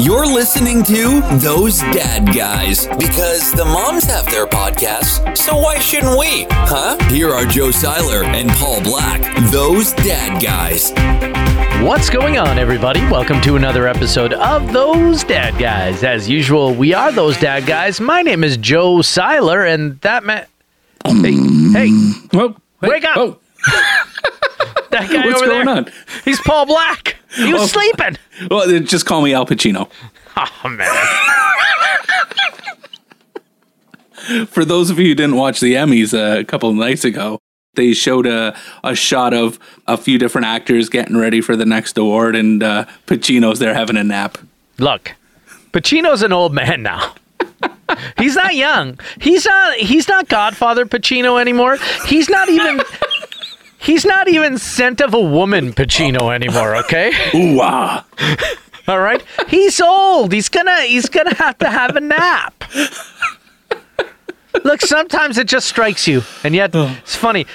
listening to Those Dad Guys because the moms have their podcasts, so why shouldn't we? Huh? Here are Joe Seiler and Paul Black, Those Dad Guys. What's going on, everybody? Welcome to another episode of Those Dad Guys. As usual, we are Those Dad Guys. My name is Joe Seiler, and that man. Hey, hey, Whoa! Hey, Wake up! Oh, that guy what's over going there. on? He's Paul Black. He was Oh. sleeping. Well, then just call me Al Pacino. Oh, man. For those of you who didn't watch the Emmys uh, a couple of nights ago, they showed a, a shot of a few different actors getting ready for the next award, and uh, Pacino's there having a nap. Look, Pacino's an old man now. He's not young. He's not. He's not Godfather Pacino anymore. He's not even. He's not even scent of a woman Pacino anymore. Okay. Ooh, ah. All right. He's old. He's gonna he's gonna have to have a nap. Look, sometimes it just strikes you. And yet it's funny.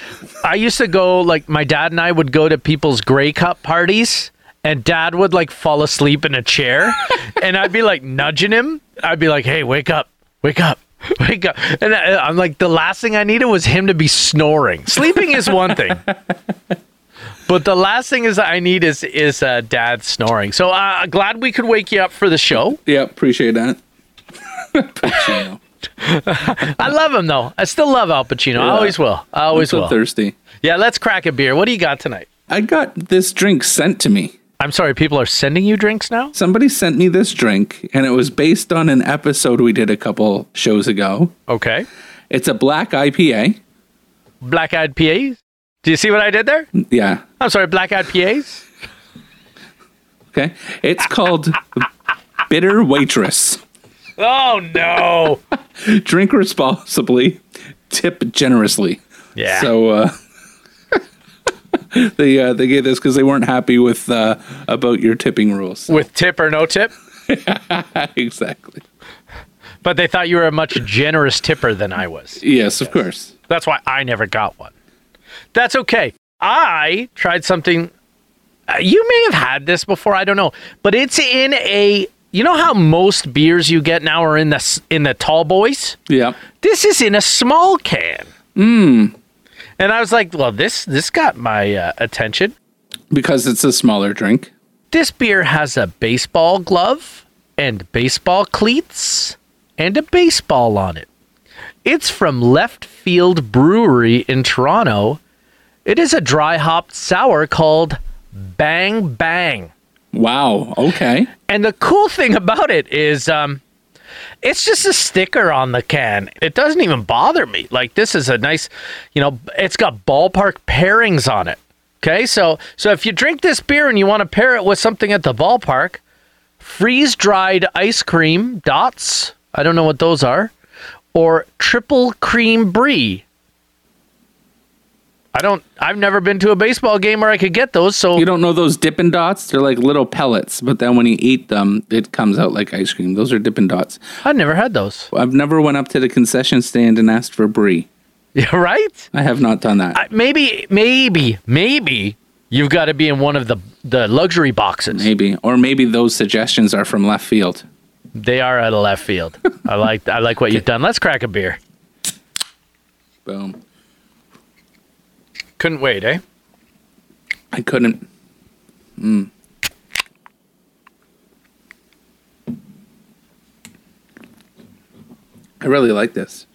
I used to go like my dad and I would go to people's Grey Cup parties and dad would like fall asleep in a chair and I'd be like nudging him. I'd be like, "Hey, wake up. Wake up." Wake up. And I, I'm like, the last thing I needed was him to be snoring. Sleeping is one thing. But the last thing is that I need is is uh, dad snoring. So uh, glad we could wake you up for the show. Yeah, appreciate that. Pacino. I love him though. I still love Al Pacino. I Yeah. always will. I always so will. thirsty. Yeah, let's crack a beer. What do you got tonight? I got this drink sent to me. I'm sorry, people are sending you drinks now. Somebody sent me this drink, and it was based on an episode we did a couple shows ago. Okay. It's a black IPA. Black eyed PAs. Do you see what I did there? Yeah, I'm sorry, black eyed PAs. Okay. It's called Bitter Waitress. Oh no. Drink responsibly, tip generously. Yeah. So uh, they uh, they gave this because they weren't happy with uh, about your tipping rules. With tip or no tip, exactly. but they thought you were a much generous tipper than I was. Yes, of course. That's why I never got one. That's okay. I tried something. uh, You may have had this before. I don't know, but it's in a. You know how most beers you get now are in the s- in the tall boys. Yeah. This is in a small can. Mm. And I was like, well, this this got my uh, attention. Because it's a smaller drink. This beer has a baseball glove and baseball cleats and a baseball on it. It's from Left Field Brewery in Toronto. It is a dry hopped sour called Bang Bang. Wow. Okay. And the cool thing about it is um it's just a sticker on the can. It doesn't even bother me. Like this is a nice, you know, it's got ballpark pairings on it. Okay? So so if you drink this beer and you want to pair it with something at the ballpark, freeze dried ice cream dots, I don't know what those are, or triple cream brie. I don't I've never been to a baseball game where I could get those, so You don't know those Dippin' Dots? They're like little pellets, but then when you eat them, it comes out like ice cream. Those are Dippin' Dots. I've never had those. I've never went up to the concession stand and asked for brie. Yeah, right? I have not done that. I- maybe, maybe, maybe you've got to be in one of the the luxury boxes. Maybe, or maybe those suggestions are from left field. They are out of left field. I like I like what you've done. Let's crack a beer. Boom. Couldn't wait, eh? I couldn't. Mm. I really like this.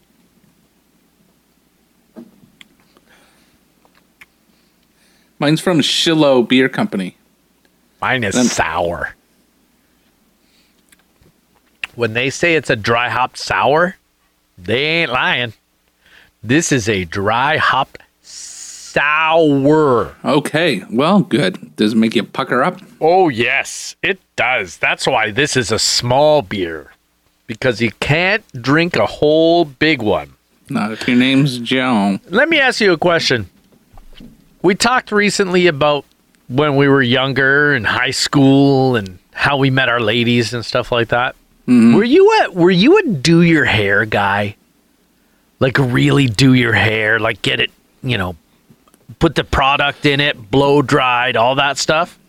Mine's from Shiloh Beer Company. Mine is Then- sour. When they say it's a dry hop sour, they ain't lying. This is a dry hop sour. Okay, well, good. Does it make you pucker up? Oh, yes, it does. That's why this is a small beer because you can't drink a whole big one. Not if your name's Joe. Let me ask you a question. We talked recently about when we were younger in high school and how we met our ladies and stuff like that. Were you a were you a do your hair guy? Like really do your hair, like get it, you know, put the product in it, blow dried, all that stuff?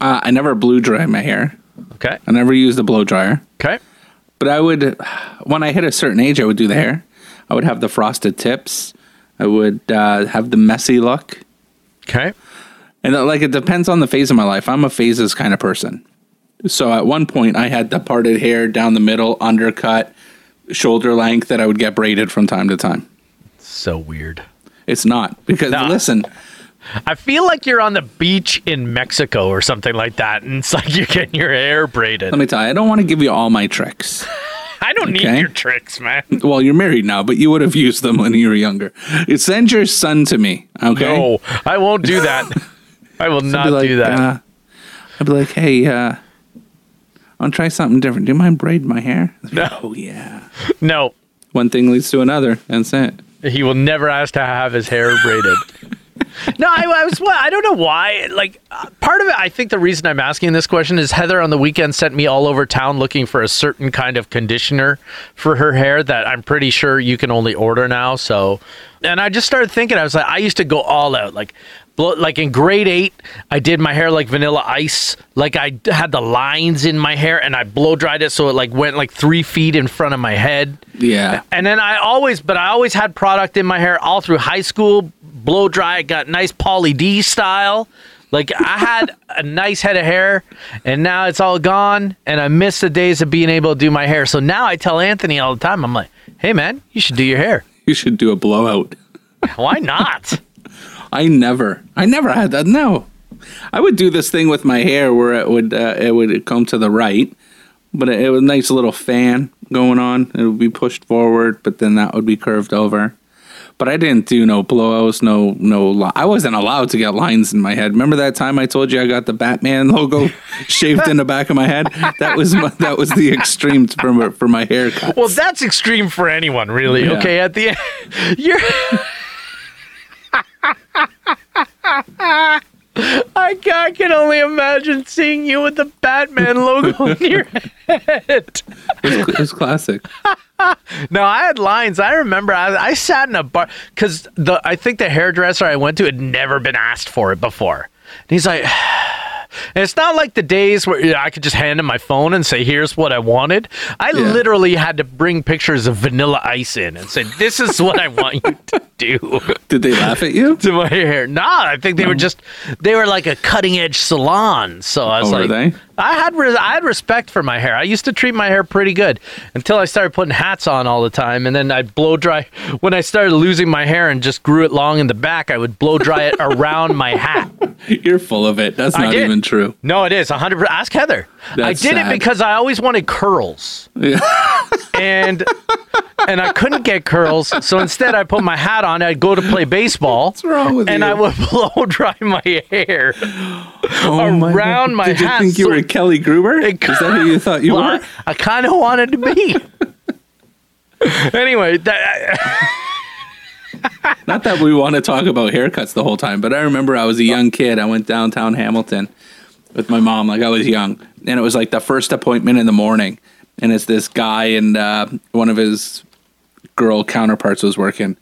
Uh, I never blew dry my hair. Okay. I never used a blow dryer. Okay. But I would, when I hit a certain age, I would do the hair. I would have the frosted tips. I would uh, have the messy look. Okay. And uh, like, it depends on the phase of my life. I'm a phases kind of person. So at one point, I had the parted hair down the middle, undercut, shoulder length that I would get braided from time to time. So weird. It's not because Nah. listen, I feel like you're on the beach in Mexico or something like that, and it's like you're getting your hair braided. let me tell you, I don't want to give you all my tricks. I don't Okay. need your tricks, man. well, you're married now, but you would have used them when you were younger. Send your son to me, okay? No, I won't do that. I will I'd not be like, do that. uh, I'd be like, hey, uh, I'll try something different. Do you mind braiding my hair? No. Oh yeah. no, One thing leads to another. That's it. he will never ask to have his hair braided. no, I, I was. Well, I don't know why. Like, uh, part of it, I think the reason I'm asking this question is Heather on the weekend sent me all over town looking for a certain kind of conditioner for her hair that I'm pretty sure you can only order now. So, and I just started thinking, I was like, I used to go all out, like. blow- Like in grade eight, I did my hair like vanilla ice. Like I d- had the lines in my hair, and I blow dried it so it like went like three feet in front of my head. Yeah. And then I always, but I always had product in my hair all through high school. Blow dry, it got nice Polly D style. Like I had a nice head of hair, and now it's all gone. And I miss the days of being able to do my hair. So now I tell Anthony all the time, I'm like, "Hey man, you should do your hair. You should do a blowout. Why not? I never, I never had that. No, I would do this thing with my hair where it would, uh, it would come to the right, but it, it was a nice little fan going on. It would be pushed forward, but then that would be curved over. But I didn't do no blowouts, no, no. Li- I wasn't allowed to get lines in my head. Remember that time I told you I got the Batman logo shaved in the back of my head? That was my, that was the extreme for my, for my haircut. well, that's extreme for anyone, really. Yeah. Okay, at the end, you're. I, ca- I can only imagine seeing you with the Batman logo on your head. It was, it was classic. No, I had lines. I remember I, I sat in a bar because the I think the hairdresser I went to had never been asked for it before. And he's like, and it's not like the days where you know, I could just hand him my phone and say, "Here's what I wanted." I Yeah. literally had to bring pictures of Vanilla Ice in and say, "This is what I want you to do." Did they laugh at you? to my hair. Nah, I think Hmm. they were just they were like a cutting edge salon. So I was Oh, were like, they? I had res- I had respect for my hair. I used to treat my hair pretty good until I started putting hats on all the time, and then I'd blow dry. When I started losing my hair and just grew it long in the back, I would blow dry it around my hat. You're full of it. That's I not did. even true. No, it is 100%. Ask Heather. I That's did sad. it because I always wanted curls. Yeah. and and I couldn't get curls, so instead I put my hat on. I'd go to play baseball. What's wrong with And you? I would blow dry my hair. Oh around my Did you hat, think you so- were Kelly Gruber? Is that who you thought you Well, were? I, kind of wanted to be. anyway, that, Not that we want to talk about haircuts the whole time, but I remember I was a young kid. I went downtown Hamilton with my mom, like I was young, and it was like the first appointment in the morning, and it's this guy and uh, one of his girl counterparts was working,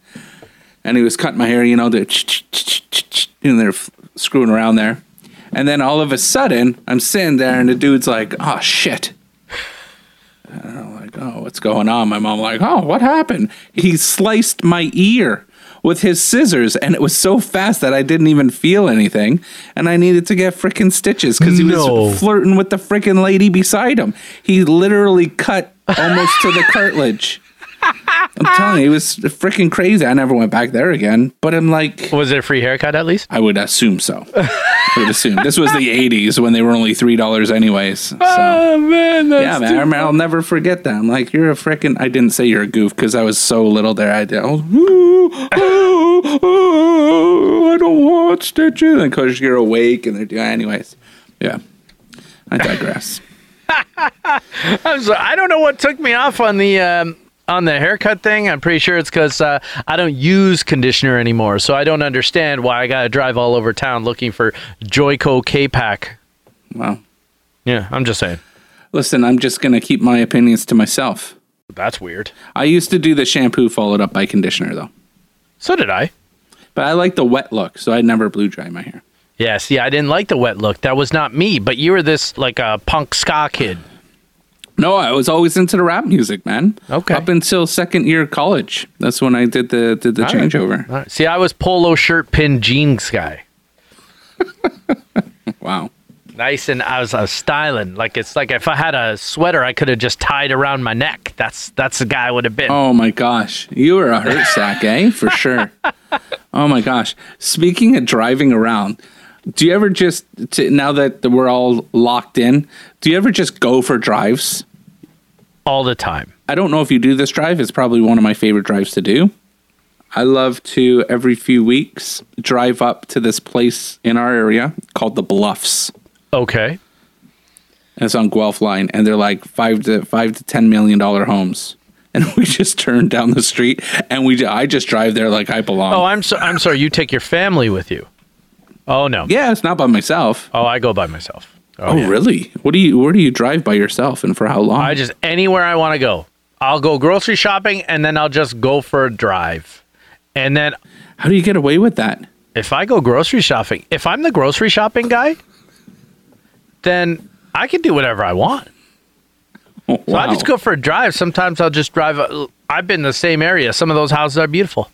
and he was cutting my hair, you know, they're and they're f- screwing around there, and then all of a sudden I'm sitting there, and the dude's like, "Oh shit." like, oh, what's going on? My mom like, oh, what happened? He sliced my ear with his scissors, and it was so fast that I didn't even feel anything, and I needed to get freaking stitches because he No. was flirting with the freaking lady beside him. He literally cut almost to the cartilage. I'm telling you, it was freaking crazy. I never went back there again. But I'm like, was it a free haircut at least? I would assume so. I would assume this was the '80s when they were only three dollars, anyways. So man, Oh, that's yeah, man, I remember, I'll never forget that. I'm like, you're a frickin' I didn't say you're a goof because I was so little there. I did. I, was, "Ooh, ooh, ooh, I don't want stitches. And because you're awake and they're doing, anyways. Yeah, I digress. I'm so- I don't know what took me off on the um, on the haircut thing. I'm pretty sure it's because uh, I don't use conditioner anymore, so I don't understand why I gotta drive all over town looking for Joyco K-Pack. well, Yeah, I'm just saying. listen, I'm just gonna keep my opinions to myself. That's weird. I used to do the shampoo followed up by conditioner though, So did I. but I like the wet look, so I never blew dry my hair. Yeah, see, I didn't like the wet look. That was not me, but you were this like a punk ska kid. No, I was always into the rap music, man. Okay. Up until second year of college. That's when I did the did the All right. changeover. All right. See, I was polo shirt, pin jeans guy. Wow. Nice and I was, I was styling. Like it's like if I had a sweater, I could have just tied around my neck. That's that's the guy I would have been. Oh my gosh. You were a hurt sack, eh? For sure. Oh my gosh. Speaking of driving around, do you ever just t now that we're all locked in, do you ever just go for drives? all the time. I don't know if you do this drive. It's probably one of my favorite drives to do. I love to every few weeks drive up to this place in our area called the Bluffs. Okay. And it's on Guelph Line, and they're like five to five to ten million dollar homes. And we just turn down the street, and we ju- I just drive there like I belong. Oh, I'm so I'm sorry. You take your family with you. Oh no. yeah, it's not by myself. Oh, I go by myself. Oh, Oh, yeah. really? What do you? Where do you drive by yourself, and for how long? I just anywhere I want to go. I'll go grocery shopping and then I'll just go for a drive. And then how do you get away with that? if I go grocery shopping, if I'm the grocery shopping guy, then I can do whatever I want. Oh, So I just wow. go for a drive. Sometimes I'll just drive. uh, I've been in the same area. Some of those houses are beautiful.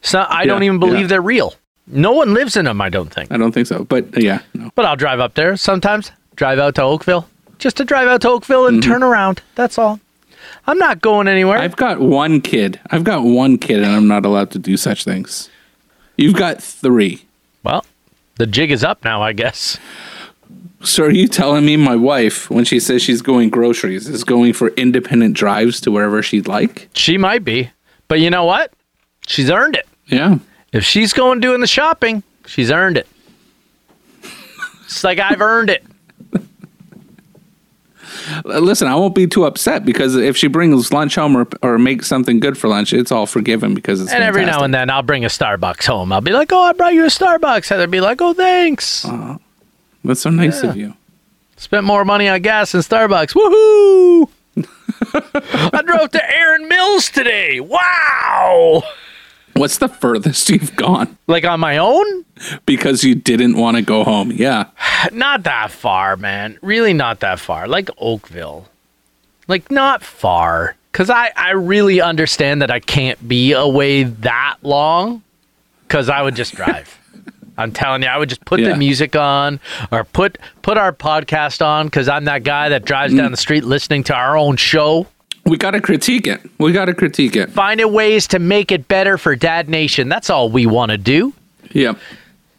So I don't Yeah, even believe yeah. they're real. No one lives in them, I don't think. I don't think so, but uh, yeah, no. But I'll drive up there sometimes, drive out to Oakville, just to drive out to Oakville and turn around. That's all. I'm not going anywhere. Mm-hmm. I've got one kid. I've got one kid, and I'm not allowed to do such things. You've got three. well, the jig is up now, I guess. So are you telling me my wife, when she says she's going groceries, is going for independent drives to wherever she'd like? She might be. But you know what? She's earned it. Yeah. If she's going doing the shopping, she's earned it. It's like I've earned it. L- Listen, I won't be too upset because if she brings lunch home or, or makes something good for lunch, it's all forgiven because it's And every now and then I'll bring a Starbucks home. I'll be like, oh, I brought you a Starbucks. Heather be like, oh, thanks. That's so nice of you. Spent more money on gas than Starbucks. Woohoo! I drove to Aaron Mills today. Wow! What's the furthest you've gone Like on my own? because you didn't want to go home? Yeah. Not that far, man. Really not that far. Like Oakville. Like not far. Cause I, I really understand that I can't be away that long. Cause I would just drive. I'm telling you, I would just put Yeah. the music on or put put our podcast on because I'm that guy that drives down the street listening to our own show. We got to critique it. We got to critique it. finding ways to make it better for Dad Nation. That's all we want to do. Yep.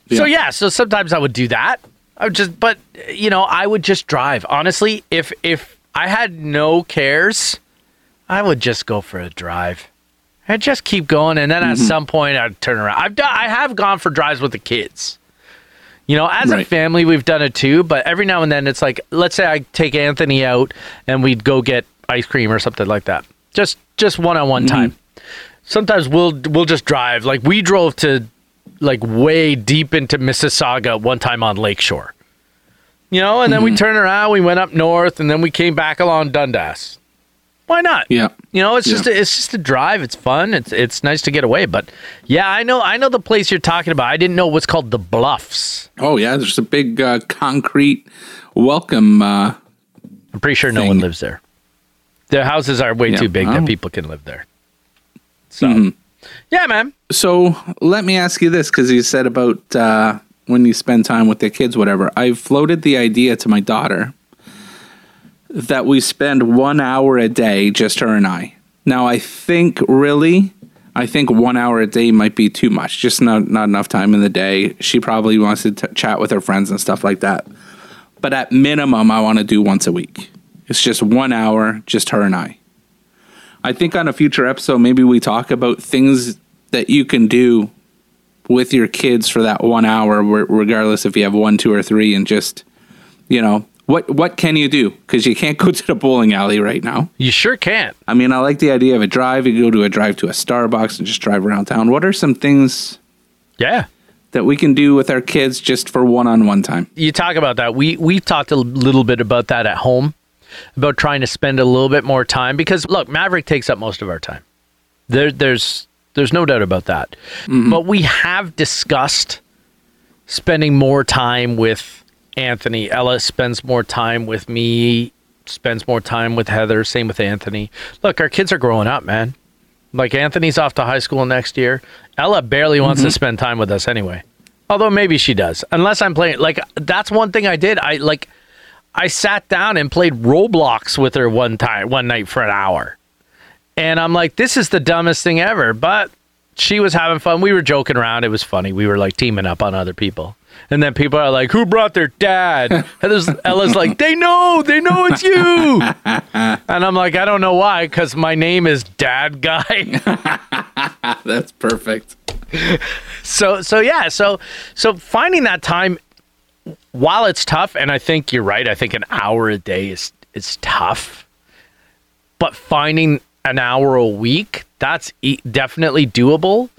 So Yeah. yeah, so sometimes I would do that. I would just, but you know, I would just drive. Honestly, if if I had no cares, I would just go for a drive. I'd just keep going, and then at Mm-hmm. some point I'd turn around. I've done, I have gone for drives with the kids. You know, as a Right. family, we've done it too. But every now and then, it's like, let's say I take Anthony out, and we'd go get ice cream or something like that. Just just one on one Mm-hmm. time. Sometimes we'll we'll just drive. Like we drove to like way deep into Mississauga one time on Lakeshore. You know, and then Mm-hmm. we turned around, we went up north, and then we came back along Dundas. Why not? Yeah. You know, it's Yeah. just a, it's just a drive. It's fun. It's it's nice to get away. But yeah, I know I know the place you're talking about. I didn't know what's called the Bluffs. Oh yeah, there's a big uh, concrete welcome. Uh, I'm pretty sure no Thing. one lives there. Their houses are way Yeah. too big Oh. Mm-hmm. that people can live there. So yeah, man. so let me ask you this, because you said about uh, when you spend time with the kids, whatever. I floated the idea to my daughter that we spend one hour a day, just her and I. Now I think really, I think one hour a day might be too much. Just not not enough time in the day. She probably wants to t- chat with her friends and stuff like that. But at minimum, I want to do once a week. It's just one hour, just her and I. I think on a future episode, maybe we talk about things that you can do with your kids for that one hour, re- regardless if you have one, two, or three, and just you know what what can you do because you can't go to the bowling alley right now. You sure can't. I mean, I like the idea of a drive. You go to a drive to a Starbucks and just drive around town. What are some things Yeah. that we can do with our kids just for one-on-one time? you talk about that. We we've talked a little bit about that at home, about trying to spend a little bit more time because look, Maverick takes up most of our time. There there's there's no doubt about that. But we have discussed spending more time with Anthony. Ella spends more time with me, spends more time with Heather, same with Anthony. Look, our kids are growing up, man. Like Anthony's off to high school next year. Ella barely wants to spend time with us anyway. Although maybe she does. Unless I'm playing like that's one thing I did. I like I sat down and played Roblox with her one time one night for an hour. And I'm like, this is the dumbest thing ever. But she was having fun. We were joking around. It was funny. We were like teaming up on other people. And then people are like, who brought their dad? Heather's, Ella's like, they know, they know it's you. and I'm like, I don't know why, because my name is Dad Guy. That's perfect. so, so yeah, so, so finding that time, while it's tough, and I think you're right, I think an hour a day is is tough. but finding an hour a week that's e- definitely doable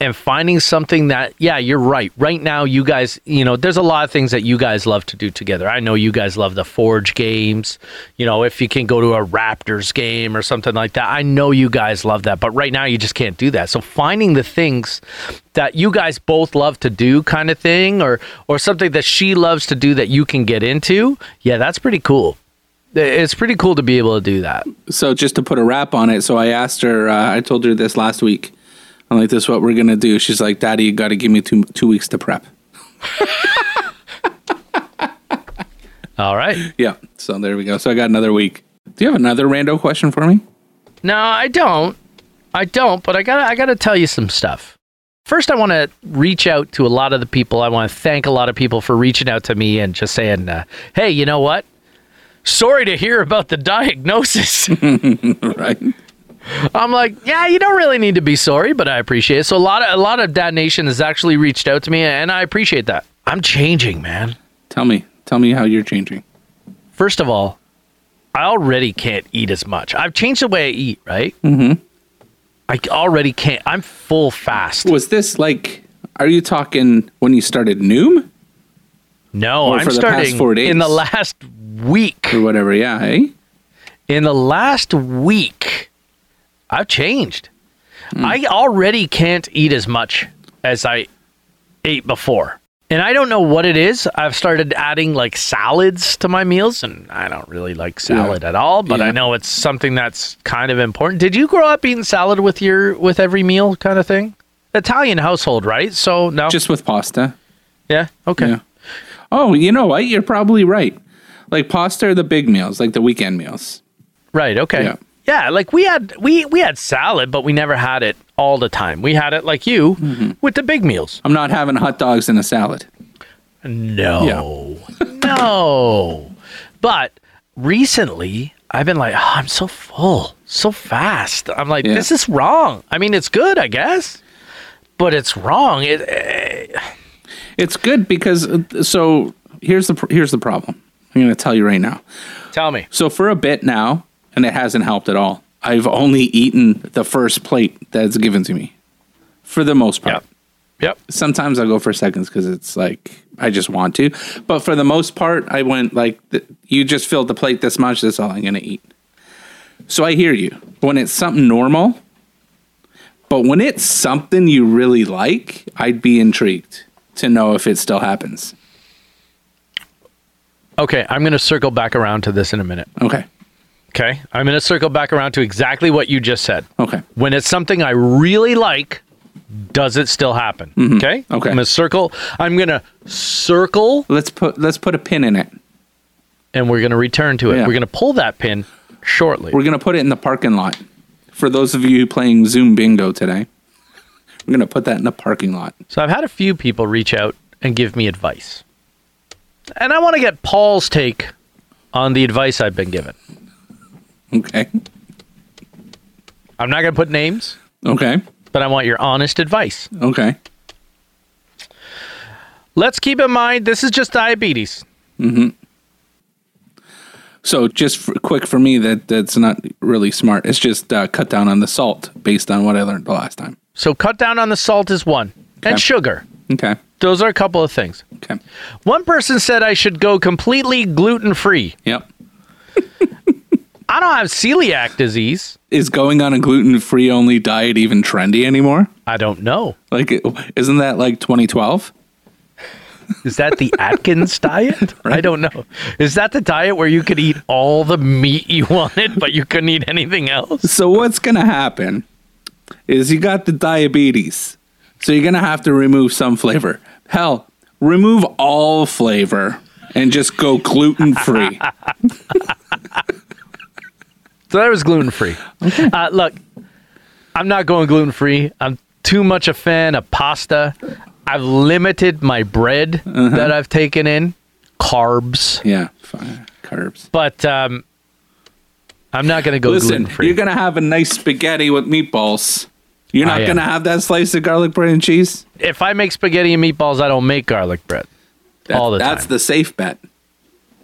and finding something that yeah you're right right now you guys you know there's a lot of things that you guys love to do together i know you guys love the forge games you know if you can go to a raptors game or something like that i know you guys love that but right now you just can't do that so finding the things that you guys both love to do kind of thing or or something that she loves to do that you can get into yeah that's pretty cool it's pretty cool to be able to do that So just to put a wrap on it, so I asked her. Uh, I told her this last week. I'm like, "This is what we're gonna do." She's like, "Daddy, you got to give me two two weeks to prep." All right. Yeah. So there we go. So I got another week. Do you have another rando question for me? No, I don't. I don't, but I got to I got to tell you some stuff. First, I want to reach out to a lot of the people. I want to thank a lot of people for reaching out to me and just saying, uh, "Hey, you know what? Sorry to hear about the diagnosis." right. I'm like, yeah, you don't really need to be sorry, but I appreciate it. So a lot of a lot of Dad Nation has actually reached out to me, and I appreciate that. I'm changing, man. Tell me. Tell me how you're changing. First of all, I already can't eat as much. I've changed the way I eat, right? Mm-hmm. I already can't. I'm full fast. Was this like? Are you talking when you started Noom No, Or I'm for the past starting four days. in the last week. or whatever? Yeah. Eh? In the last week, I've changed. Hmm. I already can't eat as much as I ate before. And I don't know what it is. I've started adding like salads to my meals, and I don't really like salad at all. But I Yeah. know it's something that's kind of important. Did you grow up eating salad with your with every meal kind of thing? Italian household, right? So no, Just with pasta. yeah, okay, Yeah. Oh, you know what? You're probably right. Like pasta are the big meals, like the weekend meals. Right. Okay. Yeah. Yeah. like we had we we had salad, but we never had it all the time. We had it like you with the big meals. I'm not having hot dogs and a salad. No. no. But recently, I've been like, oh, I'm so full, so fast. I'm like, Yeah. this is wrong. I mean, it's good, I guess, but it's wrong. It, eh, It's good because uh, so here's the pr- here's the problem. I'm going to tell you right now. tell me. So for a bit now, and it hasn't helped at all. I've only eaten the first plate that's given to me, for the most part. Yep. Yep. Sometimes I'll go for seconds because it's like I just want to. But for the most part, I went like th- you just filled the plate this much. That's all I'm going to eat. So I hear you. When it's something normal, but when it's something you really like, I'd be intrigued to know if it still happens. Okay, I'm gonna circle back around to this in a minute. Okay. Okay, I'm gonna circle back around to exactly what you just said. Okay. when it's something I really like, does it still happen? Okay. Mm-hmm. Okay. I'm gonna circle. I'm gonna circle, Let's put let's put a pin in it. and we're gonna return to it. Yeah. We're gonna pull that pin shortly. We're gonna put it in the parking lot. For those of you playing Zoom bingo today, we're gonna put that in the parking lot. so I've had a few people reach out and give me advice, and I want to get Paul's take on the advice I've been given. Okay. I'm not gonna put names, Okay. but I want your honest advice. Okay. Let's keep in mind this is just diabetes. So just for, quick for me, that that's not really smart. It's just uh, cut down on the salt based on what I learned the last time. So cut down on the salt is one, Okay. and sugar. Okay. Those are a couple of things. Okay. One person said I should go completely gluten free. Yep. I don't have celiac disease. Is going on a gluten free only diet even trendy anymore? I don't know. Like, it- isn't that like 2012? Is that the Atkins diet? I don't know. Is that the diet where you could eat all the meat you wanted, but you couldn't eat anything else? So what's gonna happen is you got the diabetes. So you're gonna have to remove some flavor. Hell, remove all flavor and just go gluten free. So that was gluten free. Uh, look, I'm not going gluten free. I'm too much a fan of pasta. I've limited my bread that I've taken in, carbs, yeah, fine. carbs. but um, I'm not going to go gluten Listen, free. you're gonna have a nice spaghetti with meatballs. You're I not am. gonna have that slice of garlic bread and cheese. if I make spaghetti and meatballs, I don't make garlic bread. That- All the that's time. the safe bet.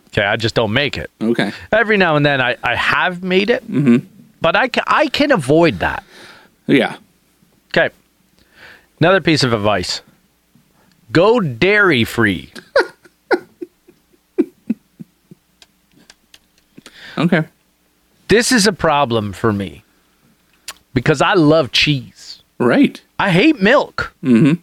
Okay, I just don't make it. Okay. Every now and then, I, I have made it, but I can, I can avoid that. Yeah. Okay. Another piece of advice go dairy free. Okay. This is a problem for me because I love cheese. Right. I hate milk, mm-hmm.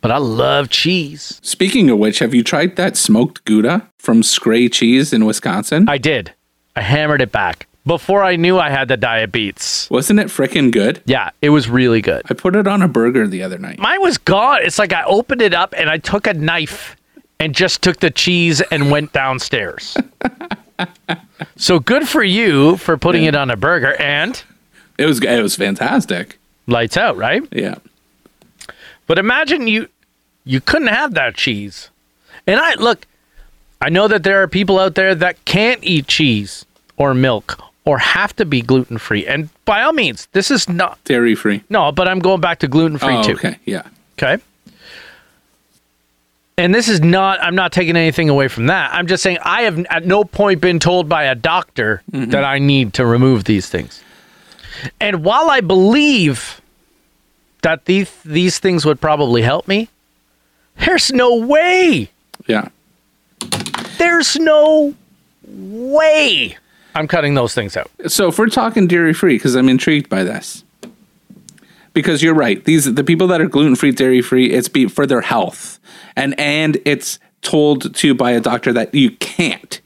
but I love cheese. Speaking of which, have you tried that smoked Gouda from Scray Cheese in Wisconsin? I did. I hammered it back before I knew I had the diabetes. Wasn't it frickin' good? Yeah, it was really good. I put it on a burger the other night. Mine was gone. It's like I opened it up and I took a knife and just took the cheese and went downstairs. so good for you for putting it on a burger and It was it was fantastic. lights out, right? Yeah. But imagine you you couldn't have that cheese. And I look, I know that there are people out there that can't eat cheese or milk or have to be gluten free. And by all means, this is not Dairy free. no, but I'm going back to gluten free Oh, too. okay. Yeah. Okay. And this is not, I'm not taking anything away from that. I'm just saying I have at no point been told by a doctor that I need to remove these things. And while I believe that these, these things would probably help me, there's no way. Yeah. There's no way I'm cutting those things out. So if we're talking dairy free, because I'm intrigued by this. Because you're right. These the people that are gluten free, dairy free, it's be for their health. And and it's told to by a doctor that you can't.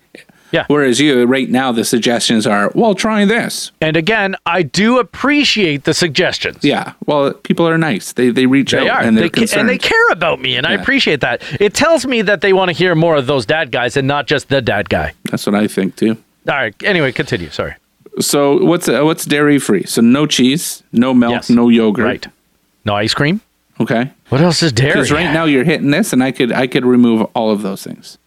Yeah. Whereas you right now the suggestions are, well, try this. And again, I do appreciate the suggestions. Yeah. Well, people are nice. They they reach They out are. and they're they ca- concerned. and they care about me, and I Yeah. appreciate that. It tells me that they want to hear more of those dad guys and not just the dad guy. That's what I think too. All right. Anyway, continue. Sorry. So what's uh, what's dairy free? So no cheese, no milk, Yes. no yogurt. Right. No ice cream. Okay. What else is dairy? Because right now you're hitting this, and I could I could remove all of those things.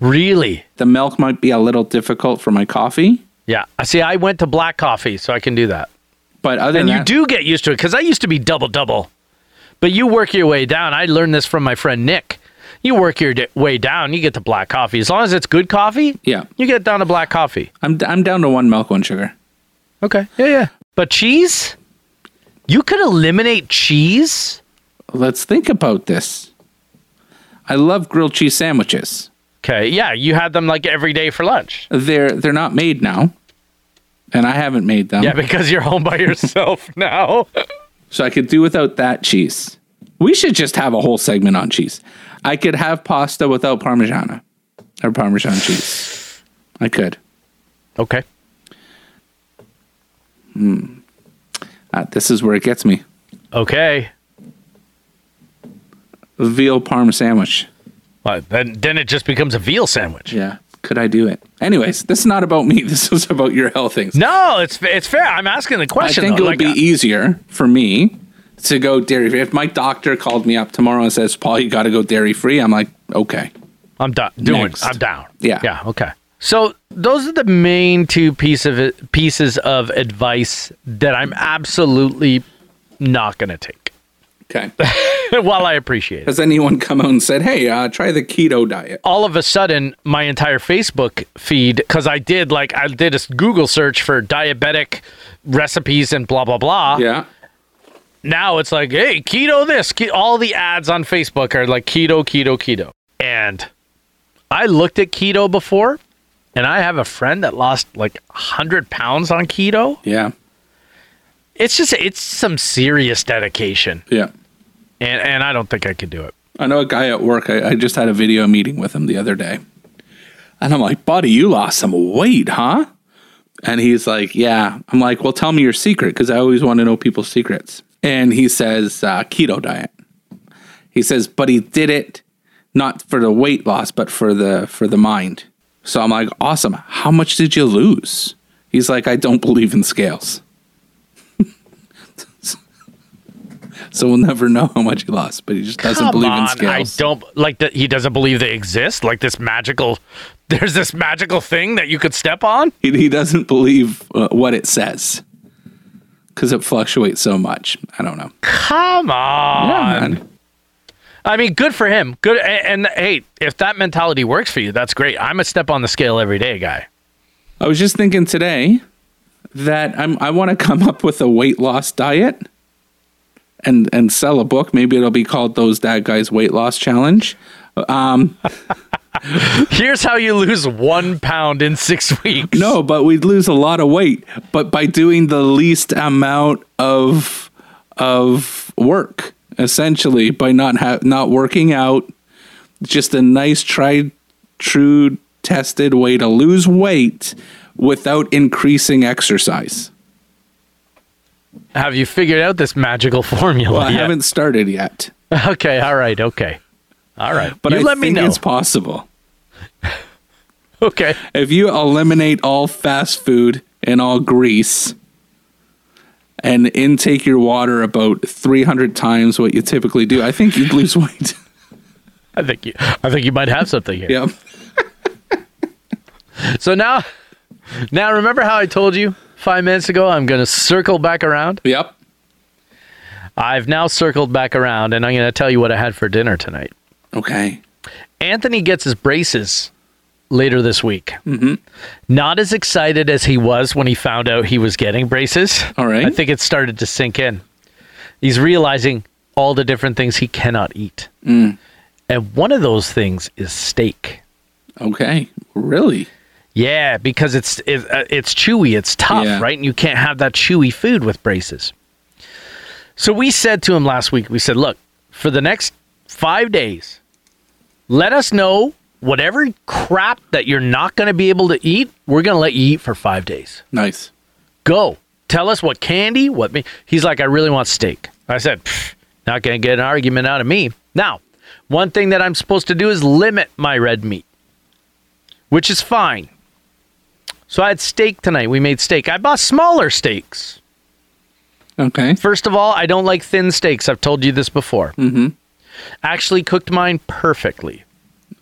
really. The milk might be a little difficult for my coffee, Yeah. I See, I went to black coffee, so I can do that. but other And than you that, do get used to it because I used to be double double, but you work your way down. I learned this from my friend Nick. You work your d- way down. You get to black coffee as long as it's good coffee. Yeah. You get down to black coffee. I'm I'm down to one milk, one sugar. Okay. Yeah, yeah. But cheese? You could eliminate cheese? Let's think about this. I love grilled cheese sandwiches. Okay. Yeah, you had them like every day for lunch. They're they're not made now, and I haven't made them. Yeah, because you're home by yourself now. So I could do without that cheese. We should just have a whole segment on cheese. I could have pasta without parmesan or parmesan cheese. I could. Okay. Uh, this is where it gets me. Okay. Veal parm sandwich. Well, then, then it just becomes a veal sandwich. Yeah. Could I do it? Anyways, this is not about me. This is about your health things. No, it's fa- it's fair. I'm asking the I question. think though. it would Like, be uh, easier for me to go dairy free. If my doctor called me up tomorrow and says, Paul, you got to go dairy free, I'm like, okay. uh, I'm done. Doing. Next. I'm down. Yeah. Yeah. Okay. So those are the main two piece of it, pieces of advice that I'm absolutely not going to take. Okay. While I appreciate it. Has anyone come out and said, hey, uh, try the keto diet? all of a sudden my entire Facebook feed because I did like I did a Google search for diabetic recipes and blah blah blah. Yeah. Now it's like, hey, keto this. Ke- all the ads on Facebook are like keto, keto, keto. And I looked at keto before, and I have a friend that lost like hundred pounds on keto. Yeah. It's just it's some serious dedication, Yeah. and and I don't think I could do it. I know a guy at work. I, I just had a video meeting with him the other day. And I'm like, buddy, you lost some weight, huh? And he's like, yeah. I'm like, well, tell me your secret because I always want to know people's secrets. And he says, uh, keto diet. He says, but he did it not for the weight loss, but for the for the mind. So I'm like, awesome. How much did you lose? He's like, I don't believe in scales. so we'll never know how much he lost, but he just doesn't Come believe in on, I scales. don't like that. He doesn't believe they exist. Like this magical, there's this magical thing that you could step on. he, he doesn't believe uh, what it says because it fluctuates so much. I don't know. Come on. Yeah, man. I mean, good for him. Good. a- And, and hey, if that mentality works for you, that's great. I'm a step on the scale every day guy. I was just thinking today that I'm I want to come up with a weight loss diet and and sell a book. Maybe it'll be called Those Dad Guys Weight Loss Challenge. Um, Here's how you lose one pound in six weeks. No, but we'd lose a lot of weight, but by doing the least amount of of work, essentially, by not ha- not working out, just a nice tried, true, tested way to lose weight without increasing exercise. Have you figured out this magical formula? Well, I yet? haven't started yet, Okay. All right. Okay. All right. but you I let me think know. it's possible. Okay. if you eliminate all fast food and all grease and intake your water about 300 times what you typically do, I think you'd lose weight. I think you. I think you might have something here. yep. So now, now remember how I told you five minutes ago? I'm gonna circle back around. Yep. I've now circled back around, and I'm gonna tell you what I had for dinner tonight. Okay. Anthony gets his braces later this week. Mm-hmm. Not as excited as he was when he found out he was getting braces. All right. I think it started to sink in. He's realizing all the different things he cannot eat. Mm. And one of those things is steak. Okay. Really? Yeah, because it's it, uh, it's chewy, it's tough, Yeah. right? And you can't have that chewy food with braces. So we said to him last week, we said, "Look, for the next 5 days, let us know whatever crap that you're not going to be able to eat, we're going to let you eat for 5 days. Nice. Go. Tell us what candy, what me." He's like, "I really want steak." I said, "Pfft, "Not going to get an argument out of me." Now, one thing that I'm supposed to do is limit my red meat, which is fine. So I had steak tonight. We made steak. I bought smaller steaks. Okay. First of all, I don't like thin steaks. I've told you this before. Mm-hmm. Actually, cooked mine perfectly,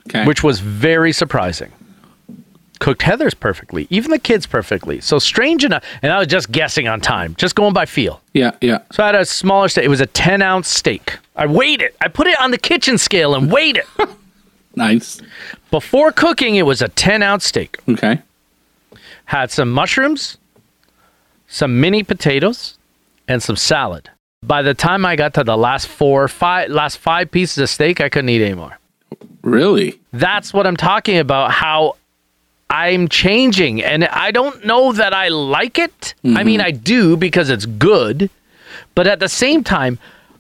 Okay. which was very surprising. Cooked Heather's perfectly, even the kids perfectly. So strange enough, and I was just guessing on time, just going by feel. Yeah. Yeah. So I had a smaller steak. It was a 10 ounce steak. I weighed it. I put it on the kitchen scale and weighed it. Nice. Before cooking, it was a 10 ounce steak. Okay. had some mushrooms, some mini potatoes, and some salad. By the time I got to the last four, five, last five pieces of steak, I couldn't eat anymore. Really? That's what I'm talking about. How I'm changing, and I don't know that I like it. I mean, I do because it's good, but at the same time,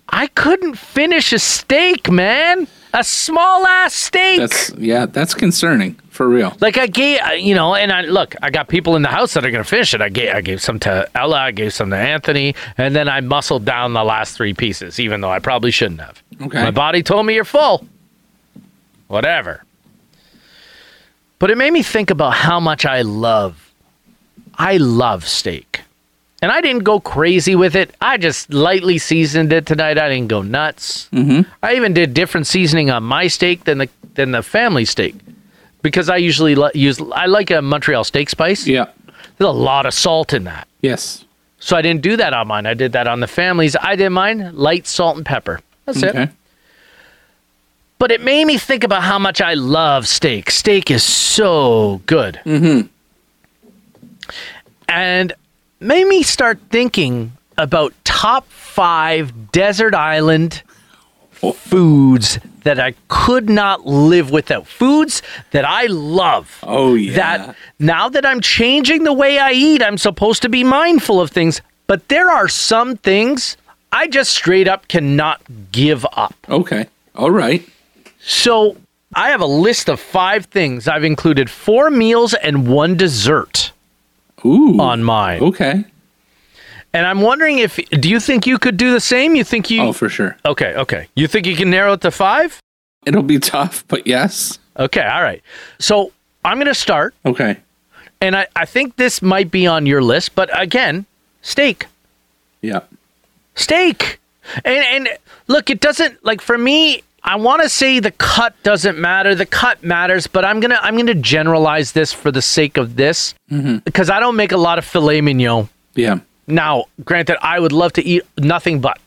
I couldn't finish a steak, man. A small ass steak. That's yeah, that's concerning for real. Like I gave, I- you know, and I look, I got people in the house that are gonna finish it. I gave, I gave some to Ella, I gave some to Anthony, and then I muscled down the last three pieces, even though I probably shouldn't have. Okay. My body told me you're full. Whatever. But it made me think about how much I love, I love steak, and I didn't go crazy with it. I just lightly seasoned it tonight. I didn't go nuts. Mm-hmm. I even did different seasoning on my steak than the than the family steak because I usually li- use I like a Montreal steak spice. Yeah. There's a lot of salt in that, Yes. so I didn't do that on mine. I did that on the families. I did mine light salt and pepper. That's it. Okay. But it made me think about how much I love steak. Steak is so good. Mm-hmm. And made me start thinking about top five desert island Oh. foods that I could not live without. Foods that I love. Oh yeah. that now that I'm changing the way I eat, I'm supposed to be mindful of things. But there are some things I just straight up cannot give up. Okay. All right. So I have a list of five things. I've included four meals and one dessert Ooh. on mine. Okay. And I'm wondering if do you think you could do the same? You think you Oh, for sure. Okay, okay. You think you can narrow it to five? It'll be tough, but yes. Okay, all right. So I'm gonna start, Okay. and I, I think this might be on your list, but again, steak. Yeah. steak. And and look, it doesn't like for me. I want to say the cut doesn't matter. The cut matters, but I'm gonna I'm gonna generalize this for the sake of this because I don't make a lot of filet mignon. Yeah. Now, granted, I would love to eat nothing but,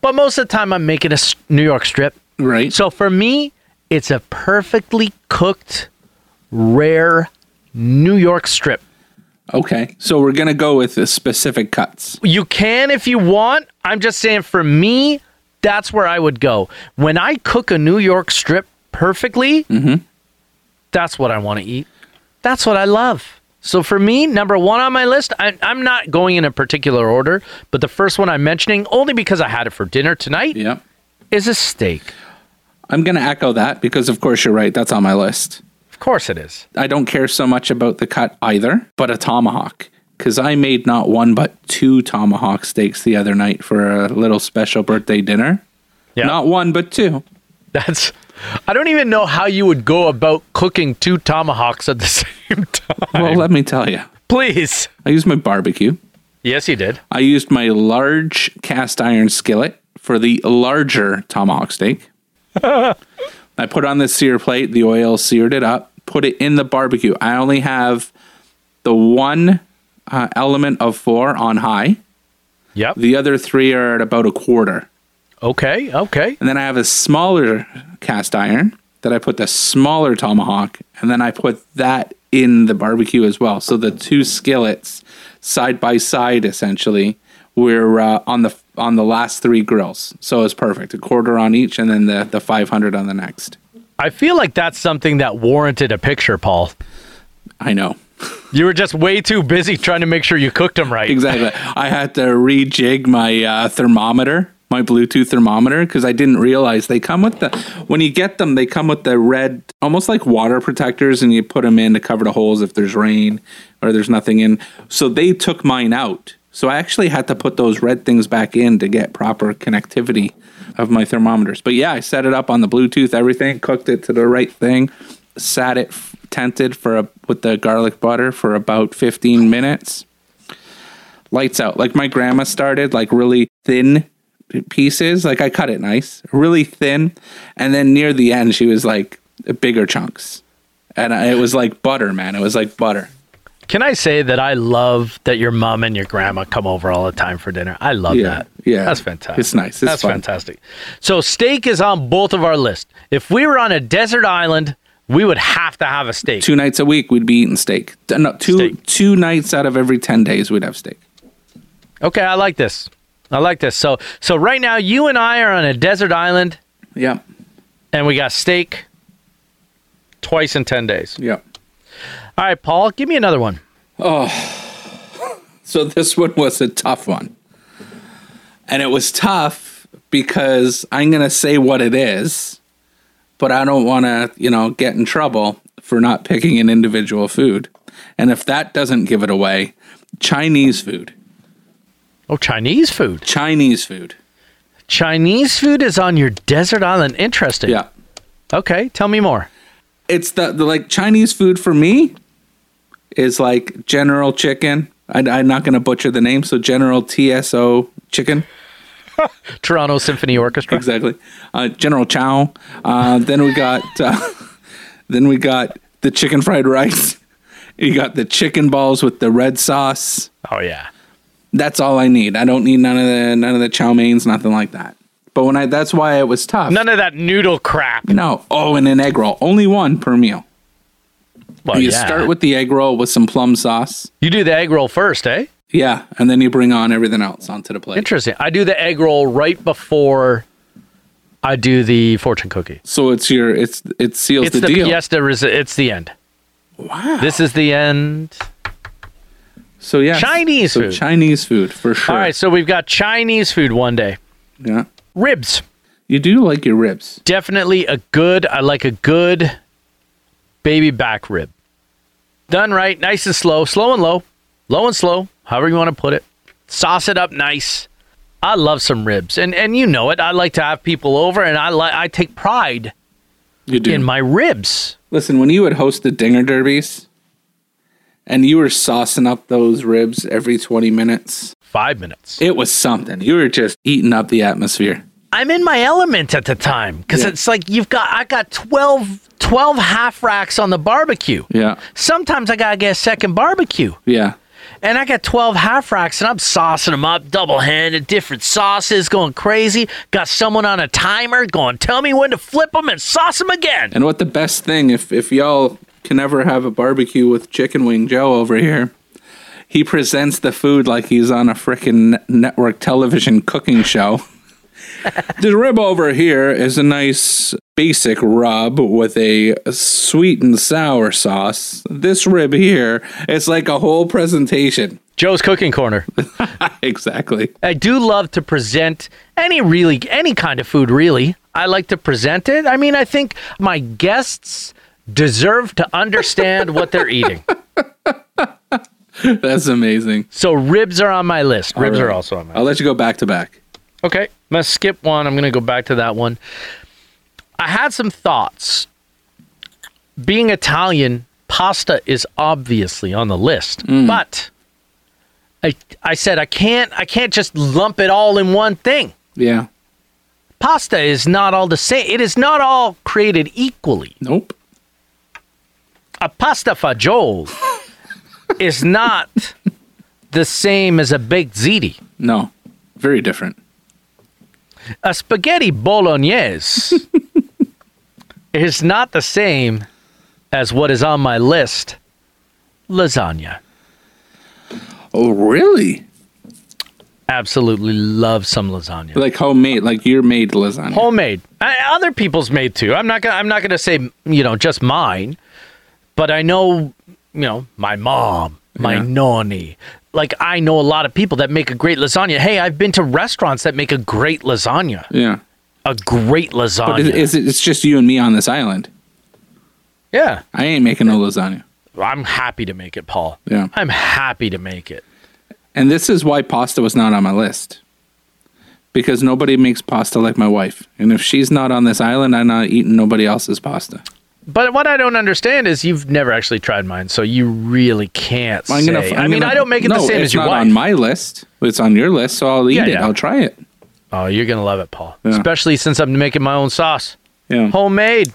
but most of the time I'm making a s- New York strip. Right. So for me, it's a perfectly cooked, rare New York strip. okay. So we're gonna go with the specific cuts. You can if you want. I'm just saying for me, that's where I would go. When I cook a New York strip perfectly, Mm-hmm. that's what I want to eat. That's what I love. So for me, number one on my list, I, I'm not going in a particular order, but the first one I'm mentioning, only because I had it for dinner tonight, Yeah. is a steak. I'm gonna echo that because, of course, you're right. That's on my list. Of course it is. I don't care so much about the cut either, but a tomahawk. Because I made not one but two tomahawk steaks the other night for a little special birthday dinner. Yeah. Not one but two. That's. I don't even know how you would go about cooking two tomahawks at the same time. Well, let me tell you. Please. I used my barbecue. Yes, you did. I used my large cast iron skillet for the larger tomahawk steak. I put on the sear plate, the oil seared it up, put it in the barbecue. I only have the one uh, element of four on high, Yep. the other three are at about a quarter. Okay. Okay. And then I have a smaller cast iron that I put the smaller tomahawk, and then I put that in the barbecue as well. So the two skillets side by side, essentially, were uh, on the on the last three grills. So it's perfect. A quarter on each, and then the the five hundred on the next. I feel like that's something that warranted a picture, Paul. I know. You were just way too busy trying to make sure you cooked them right. Exactly. I had to rejig my uh, thermometer, my Bluetooth thermometer, because I didn't realize they come with the. When you get them, they come with the red, almost like water protectors, and you put them in to cover the holes if there's rain or there's nothing in. So they took mine out. So I actually had to put those red things back in to get proper connectivity of my thermometers. But yeah, I set it up on the Bluetooth, everything, cooked it to the right thing, sat it f- tented for a, with the garlic butter for about 15 minutes lights out. Like my grandma started, like really thin pieces. Like I cut it nice, really thin, and then near the end, she was like bigger chunks, and I, it was like butter, man. It was like butter. Can I say that I love that your mom and your grandma come over all the time for dinner? I love Yeah, that. yeah. That's fantastic. It's nice. It's That's fun. fantastic. So steak is on both of our lists. If we were on a desert island, we would have to have a steak. Two nights a week, we'd be eating steak. D- No, two Steak. two nights out of every ten days, we'd have steak. Okay, I like this. I like this. So so right now you and I are on a desert island Yeah, and we got steak twice in 10 days. yeah. All right, Paul, give me another one. So this one was a tough one, and it was tough because I'm gonna say what it is, but I don't want to, you know, get in trouble for not picking an individual food. And if that doesn't give it away, Chinese food. Oh, Chinese food. Chinese food. Chinese food is on your desert island. Interesting. Yeah. Okay, tell me more. It's the, the like Chinese food for me is like General Chicken. I, I'm not going to butcher the name. So General TSO Chicken. Toronto Symphony Orchestra. exactly. Uh, General Chow. Uh, then we got uh, then we got the chicken fried rice. You got the chicken balls with the red sauce. Oh yeah. That's all I need. I don't need none of the none of the chow mains, nothing like that. But when I that's why it was tough. None of that noodle crap. No. Oh, and an egg roll. Only one per meal. Well, you Oh, yeah. start with the egg roll with some plum sauce. You do the egg roll first, eh? Yeah, and then you bring on everything else onto the plate. Interesting. I do the egg roll right before I do the fortune cookie. So it's your it's it seals It's the, the, deal. fiesta. Resi- it's the end. Wow. This is the end. so yeah. Chinese so food. Chinese food for sure. All right. So we've got Chinese food one day. Yeah. Ribs. You do like your ribs. Definitely a good, I like a good baby back rib. Done right, nice and slow, slow and low, low and slow, however you want to put it. Sauce it up nice. I love some ribs. And and you know it. I like to have people over and I like I take pride You do. in my ribs. Listen, when you would host the Dinger Derbies and you were saucing up those ribs every 20 minutes, 5 minutes. it was something. You were just eating up the atmosphere. I'm in my element at the time because Yeah. it's like you've got I got 12, 12 half racks on the barbecue. Yeah. Sometimes I gotta get a second barbecue, Yeah. and I got twelve half racks, and I'm saucing them up, double handed, different sauces, going crazy. Got someone on a timer going, tell me when to flip them and sauce them again. And what the best thing, if, if y'all can ever have a barbecue with Chicken Wing Joe over here, he presents the food like he's on a frickin' network television cooking show. the rib over here is a nice basic rub with a sweet and sour sauce. This rib here is like a whole presentation. Joe's cooking corner. Exactly. I do love to present any really any kind of food really. I like to present it. I mean, I think my guests deserve to understand what they're eating. That's amazing. So ribs are on my list. Ribs are right. also on my I'll let you go back to back. Okay, I'm gonna skip one. I'm gonna go back to that one. I had some thoughts. Being Italian, pasta is obviously on the list, but I I said I can't I can't just lump it all in one thing. Yeah. Pasta is not all the same. It is not all created equally. Nope. A pasta fagioli is not the same as a baked ziti. No. Very different. a spaghetti bolognese is not the same as what is on my list lasagna Oh, really? absolutely love some lasagna Like homemade, like your made lasagna. homemade I, other people's made too i'm not gonna i'm not gonna say you know just mine but i know you know my mom my Yeah. nonny like i know a lot of people that make a great lasagna hey i've been to restaurants that make a great lasagna yeah. a great lasagna But is, is it, it's just you and me on this island. yeah I ain't making no lasagna. I'm happy to make it, Paul. Yeah. I'm happy to make it. And this is why pasta was not on my list. Because nobody makes pasta like my wife. And if she's not on this island, I'm not eating nobody else's pasta. But what I don't understand is you've never actually tried mine, so you really can't I'm say. gonna- I'm I mean, gonna- I don't make it the No, same it's as your not wife. on my list. It's on your list, so I'll eat Yeah, it. yeah. I'll try it. oh, you're gonna love it, Paul. Yeah. Especially since I'm making my own sauce, Yeah. homemade,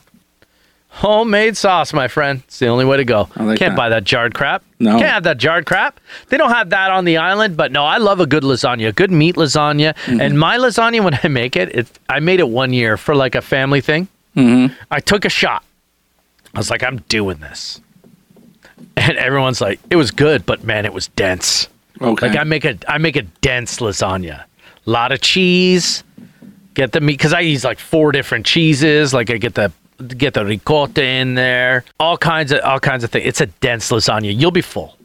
homemade sauce, my friend. It's the only way to go. I like Can't that. buy that jarred crap. No. Can't have that jarred crap. They don't have that on the island. But no, I love a good lasagna, good meat lasagna. Mm-hmm. And my lasagna, when I make it, it, I made it one year for like a family thing. Mm-hmm. I took a shot. I was like, I'm doing this. And everyone's like, it was good, but man, it was dense. Okay. Like I make a I make a dense lasagna. A lot of cheese. Get the meat because I use like four different cheeses. Like I get the get the ricotta in there. All kinds of all kinds of things. It's a dense lasagna. You'll be full.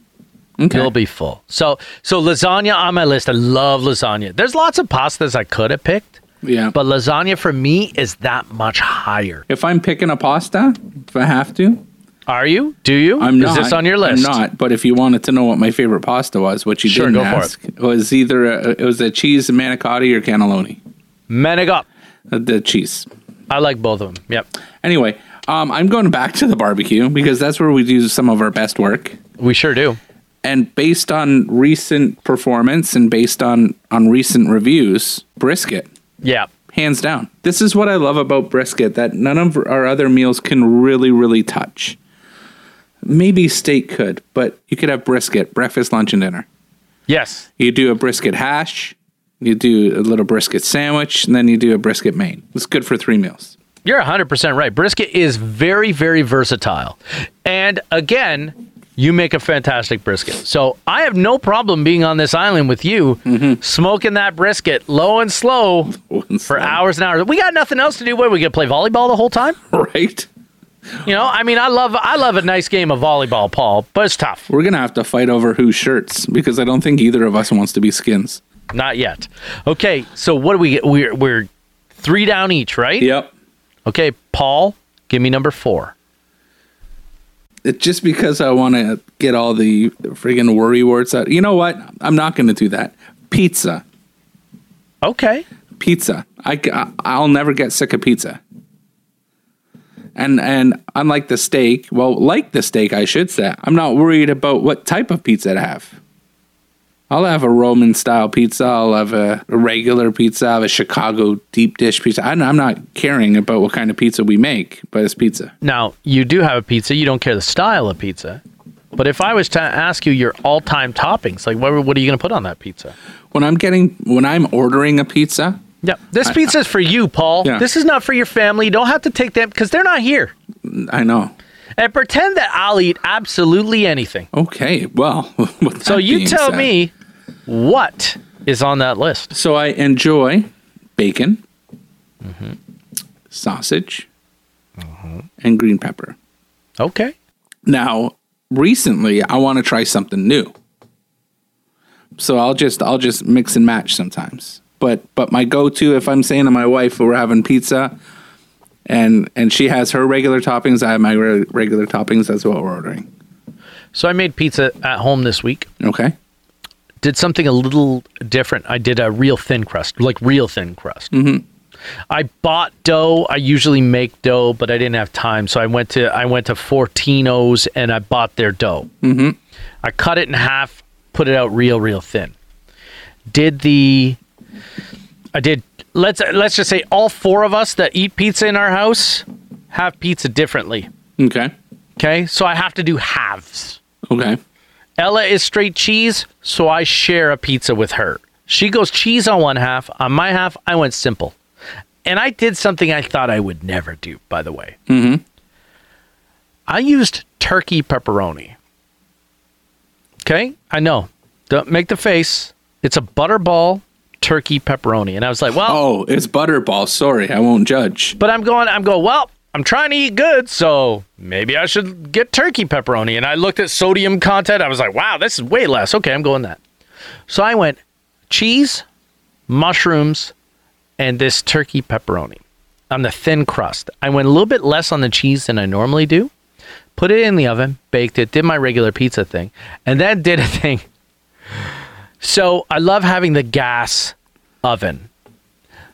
okay. You'll be full. So so lasagna on my list. I love lasagna. There's lots of pastas I could have picked, yeah. but lasagna for me is that much higher. if I'm picking a pasta, if I have to, Are you? Do you? I'm not. Is this on your list? I'm not. But if you wanted to know what my favorite pasta was, what you Sure, didn't go for ask, was either a, it was a cheese manicotti or cannelloni. Menig up. The, the cheese. I like both of them. Yep. Anyway, um, I'm going back to the barbecue because that's where we do some of our best work. We sure do. And based on recent performance and based on on recent reviews, brisket Yeah. hands down. This is what I love about brisket that none of our other meals can really, really touch. Maybe steak could, but you could have brisket, breakfast, lunch, and dinner. Yes. You do a brisket hash, you do a little brisket sandwich, and then you do a brisket main. It's good for three meals. You're 100% right. Brisket is very, very versatile. And again, you make a fantastic brisket. So I have no problem being on this island with you, smoking that brisket low and slow for hours and hours. We got nothing else to do. What, we going to play volleyball the whole time? Right? You know, I mean, I love I love a nice game of volleyball, Paul, but it's tough. We're going to have to fight over whose shirts because I don't think either of us wants to be skins. Not yet. Okay, so what do we get? We're, we're Three down each, right? Yep. Okay, Paul, give me number four. It's just because I want to get all the friggin' worry words out. You know what? I'm not going to do that. Pizza. Okay. Pizza. I, ca- I'll never get sick of pizza. And and unlike the steak, well, like the steak, I should say, I'm not worried about what type of pizza to have. I'll have a Roman style pizza. I'll have a, a regular pizza. I'll have a Chicago deep dish pizza. I'm, I'm not caring about what kind of pizza we make, but it's pizza. Now, you do have a pizza. You don't care the style of pizza. But if I was to ask you your all time toppings, like what, what are you going to put on that pizza? When I'm getting when I'm ordering a pizza, Yeah, this pizza is for you, Paul. Yeah. This is not for your family. You don't have to take them because they're not here. I know. And pretend that I'll eat absolutely anything. Okay, well. with So that you being tell said- me what is on that list. So I enjoy bacon, sausage, and green pepper. Okay. Now, recently, I want to try something new. So I'll just I'll just mix and match sometimes. But but my go-to, if I'm saying to my wife we're having pizza, and and she has her regular toppings, I have my re- regular toppings. That's what we're ordering. So I made pizza at home this week. Okay. Did something a little different. I did a real thin crust, like real thin crust. Mm-hmm. I bought dough. I usually make dough, but I didn't have time, so I went to I went to Fortino's and I bought their dough. Mm-hmm. I cut it in half, put it out real, real thin. Did the I did let's let's just say all four of us that eat pizza in our house have pizza differently. Okay. Okay, so I have to do halves. Okay. Ella is straight cheese, so I share a pizza with her. She goes cheese on one half. On my half, I went simple. And I did something I thought I would never do, by the way. Mm-hmm. I used turkey pepperoni. Okay, I know. Don't make the face. It's a butterball turkey pepperoni. And I was like, well, Oh, it's butterball. Sorry, I won't judge. but I'm going, I'm going, well, I'm trying to eat good, so maybe I should get turkey pepperoni. And I looked at sodium content. I was like, wow, this is way less. Okay, I'm going that. So I went cheese, mushrooms, and this turkey pepperoni on the thin crust. I went a little bit less on the cheese than I normally do. Put it in the oven, baked it, did my regular pizza thing, and then did a thing. So I love having the gas oven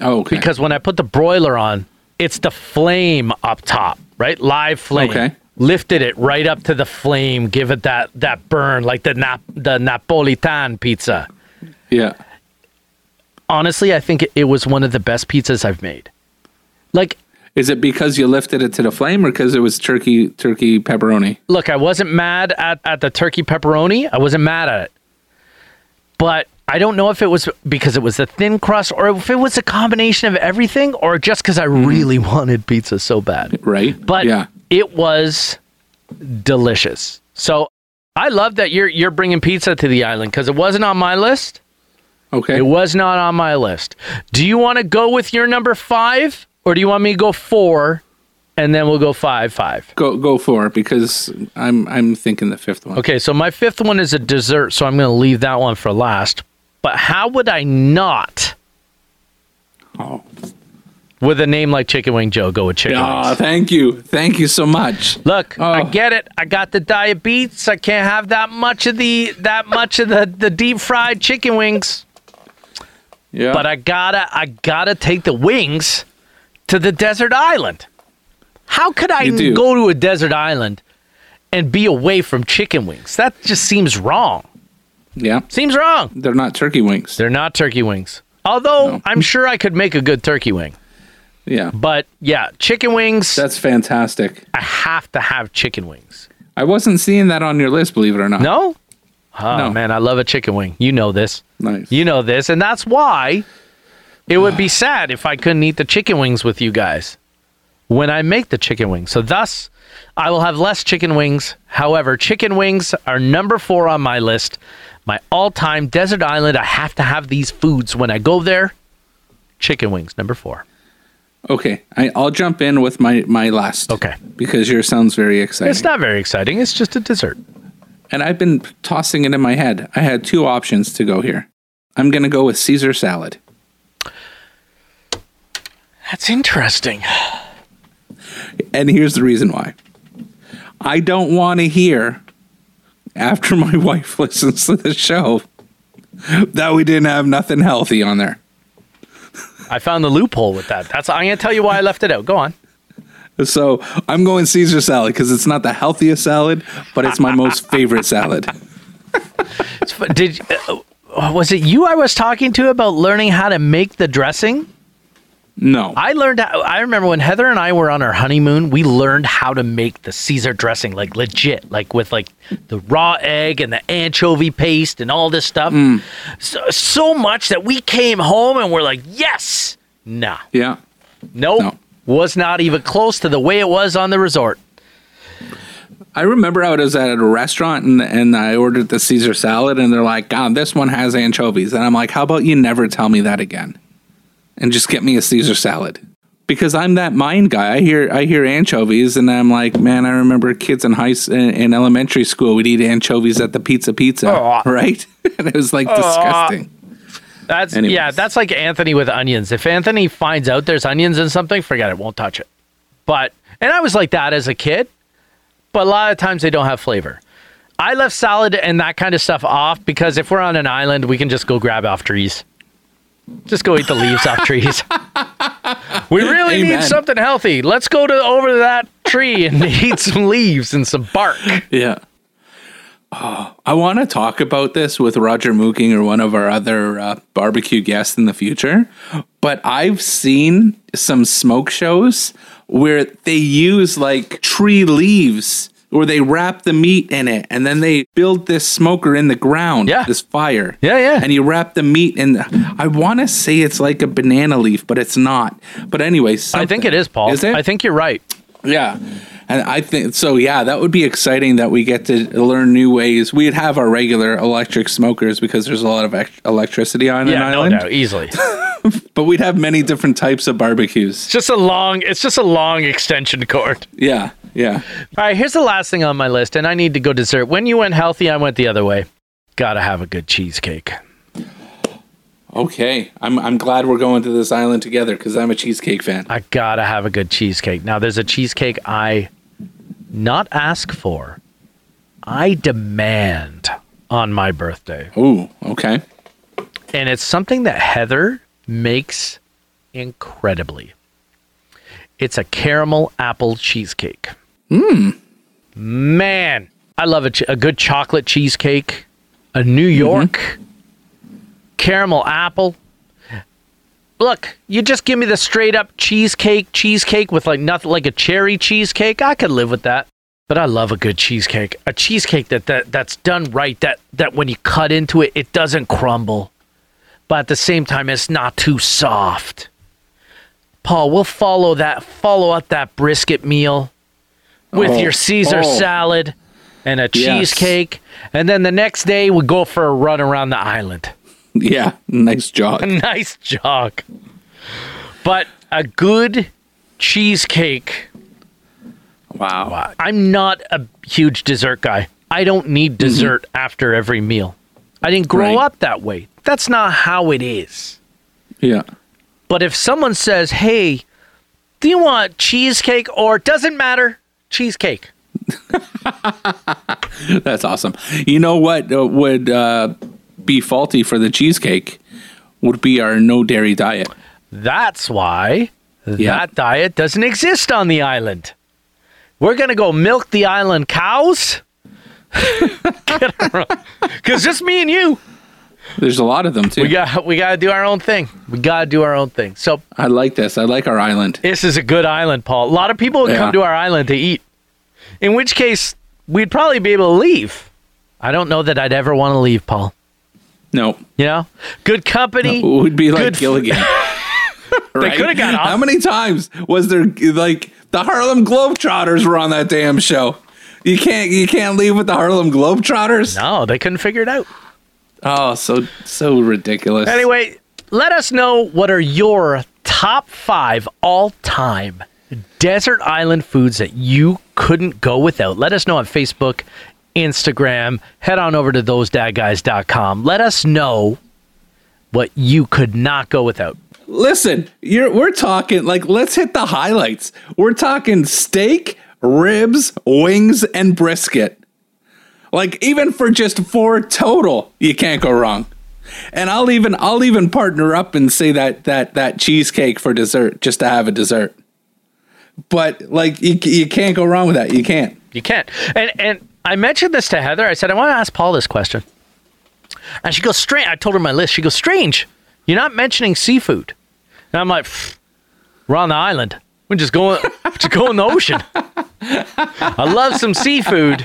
Oh, okay. because when I put the broiler on, it's the flame up top, right? Live flame. Okay. Lifted it right up to the flame, give it that that burn like the Nap- the Napolitan pizza. yeah. Honestly, I think it, it was one of the best pizzas I've made. Like, Is it because you lifted it to the flame or because it was turkey turkey pepperoni? look, I wasn't mad at, at the turkey pepperoni. I wasn't mad at it. But I don't know if it was because it was the thin crust or if it was a combination of everything or just because I really wanted pizza so bad. Right? but yeah. it was delicious. So I love that you're you're bringing pizza to the island because it wasn't on my list. Okay. It was not on my list. Do you want to go with your number five, or do you want me to go four, and then we'll go five five? go go for it because I'm I'm thinking the fifth one. Okay, so my fifth one is a dessert, so I'm going to leave that one for last. But how would I not, Oh. with a name like Chicken Wing Joe, go with chicken Ah, wings? thank you. Thank you so much. Look, I Oh. get it. I got the diabetes. I can't have that much of the that much of the the deep fried chicken wings. Yeah. But I gotta I gotta take the wings to the desert island. How could I You do. go to a desert island and be away from chicken wings? That just seems wrong. yeah. Seems wrong. They're not turkey wings. They're not turkey wings. Although No. I'm sure I could make a good turkey wing. yeah. But yeah, chicken wings. That's fantastic. I have to have chicken wings. I wasn't seeing that on your list, believe it or not. No? Oh, No. man, I love a chicken wing. You know this. Nice. You know this. And that's why it would be sad if I couldn't eat the chicken wings with you guys when I make the chicken wings. So, thus, I will have less chicken wings. However, chicken wings are number four on my list. My all time desert island. I have to have these foods when I go there. Chicken wings, number four. Okay. I, I'll jump in with my my last. Okay. Because yours sounds very exciting. It's not very exciting. It's just a dessert. and I've been tossing it in my head. I had two options to go here. I'm gonna go with Caesar salad. That's interesting. And here's the reason why. I don't want to hear after my wife listens to the show that we didn't have nothing healthy on there. I found the loophole with that. That's I'm gonna tell you why I left it out. Go on. So I'm going Caesar salad because it's not the healthiest salad, but it's my most favorite salad. It's fu- Did uh, was it you I was talking to about learning how to make the dressing? No. I learned. How, I remember when Heather and I were on our honeymoon. We learned how to make the Caesar dressing, like legit, like with like the raw egg and the anchovy paste and all this stuff. So, so much that we came home and we're like, yes, nah, yeah. nope, No. was not even close to the way it was on the resort. I remember I was at a restaurant and, and I ordered the Caesar salad, and they're like, God, this one has anchovies. And I'm like, how about you never tell me that again? And just get me a Caesar salad. Because I'm that mind guy. I hear I hear anchovies, and I'm like, man, I remember kids in high s- in, in elementary school, we'd eat anchovies at the pizza pizza, Oh. right? and it was like disgusting. That's Anyways. yeah, that's like Anthony with onions. If Anthony finds out there's onions in something, forget it, won't touch it. But and I was like that as a kid, but a lot of times they don't have flavor. I left salad and that kind of stuff off because if we're on an island, we can just go grab off trees. Just go eat the leaves off trees. We really Amen. need something healthy. Let's go to over to that tree and eat some leaves and some bark. Yeah. Oh, I want to talk about this with Roger Mooking or one of our other uh, barbecue guests in the future, but I've seen some smoke shows where they use like tree leaves or they wrap the meat in it and then they build this smoker in the ground, Yeah. this fire. Yeah, yeah. And you wrap the meat in. I want to say it's like a banana leaf, but it's not. But anyway, I think it is, Paul. Is it? I think you're right. Yeah. And I think so. Yeah, that would be exciting that we get to learn new ways. We'd have our regular electric smokers because there's a lot of ec- electricity on an Yeah, no island, doubt, easily. but we'd have many different types of barbecues. just a long it's just a long extension cord Yeah, yeah. all right here's the last thing on my list and i need to go dessert when you went healthy i went the other way gotta have a good cheesecake Okay, I'm I'm glad we're going to this island together because I'm a cheesecake fan. i gotta have a good cheesecake now there's a cheesecake i not ask for i demand on my birthday Ooh, okay. and it's something that heather makes incredibly it's a caramel apple cheesecake mm. man i love a, ch- a good chocolate cheesecake a new york caramel apple look you just give me the straight up cheesecake cheesecake with like nothing like a cherry cheesecake i could live with that but i love a good cheesecake a cheesecake that, that that's done right that that when you cut into it it doesn't crumble but at the same time it's not too soft paul we'll follow that follow up that brisket meal with Oh, your caesar oh. salad and a Yes. cheesecake and then the next day we go for a run around the island Yeah, nice jog. nice jog. But a good cheesecake. Wow. I'm not a huge dessert guy. I don't need dessert after every meal. I didn't grow Mm-hmm. Right. up that way. That's not how it is. Yeah. But if someone says, hey, do you want cheesecake or doesn't matter, cheesecake? That's awesome. You know what uh, would uh, be faulty for the cheesecake would be our no dairy diet. That's why Yeah. that diet doesn't exist on the island. We're going to go milk the island cows. Because just me and you, There's a lot of them too. we got we got to do our own thing. We got to do our own thing. So I like this. I like our island. this is a good island, Paul. A lot of people would Yeah. come to our island to eat. In which case, we'd probably be able to leave. I don't know that I'd ever want to leave, Paul. No, You know, good company. it would be like Good f- Gilligan. Right? coulda got off. How many times was there like the Harlem Globetrotters were on that damn show? You can't you can't leave with the Harlem Globetrotters. No, they couldn't figure it out. Oh, so so ridiculous. Anyway, let us know what are your top five all time desert island foods that you couldn't go without. Let us know on Facebook, Instagram. Head on over to thosedadguys.com. Let us know what you could not go without. Listen, you're we're talking like let's hit the highlights. We're talking steak, ribs, wings, and brisket. Like even for just four total, you can't go wrong. And I'll even I'll even partner up and say that that that cheesecake for dessert just to have a dessert. But like you, you can't go wrong with that. You can't. You can't. And and I mentioned this to Heather. I said I want to ask Paul this question, and she goes strange. I told her my list. She goes strange. You're not mentioning seafood, and I'm like, "Pfft, we're on the island. We're just going to go in the ocean. I love some seafood,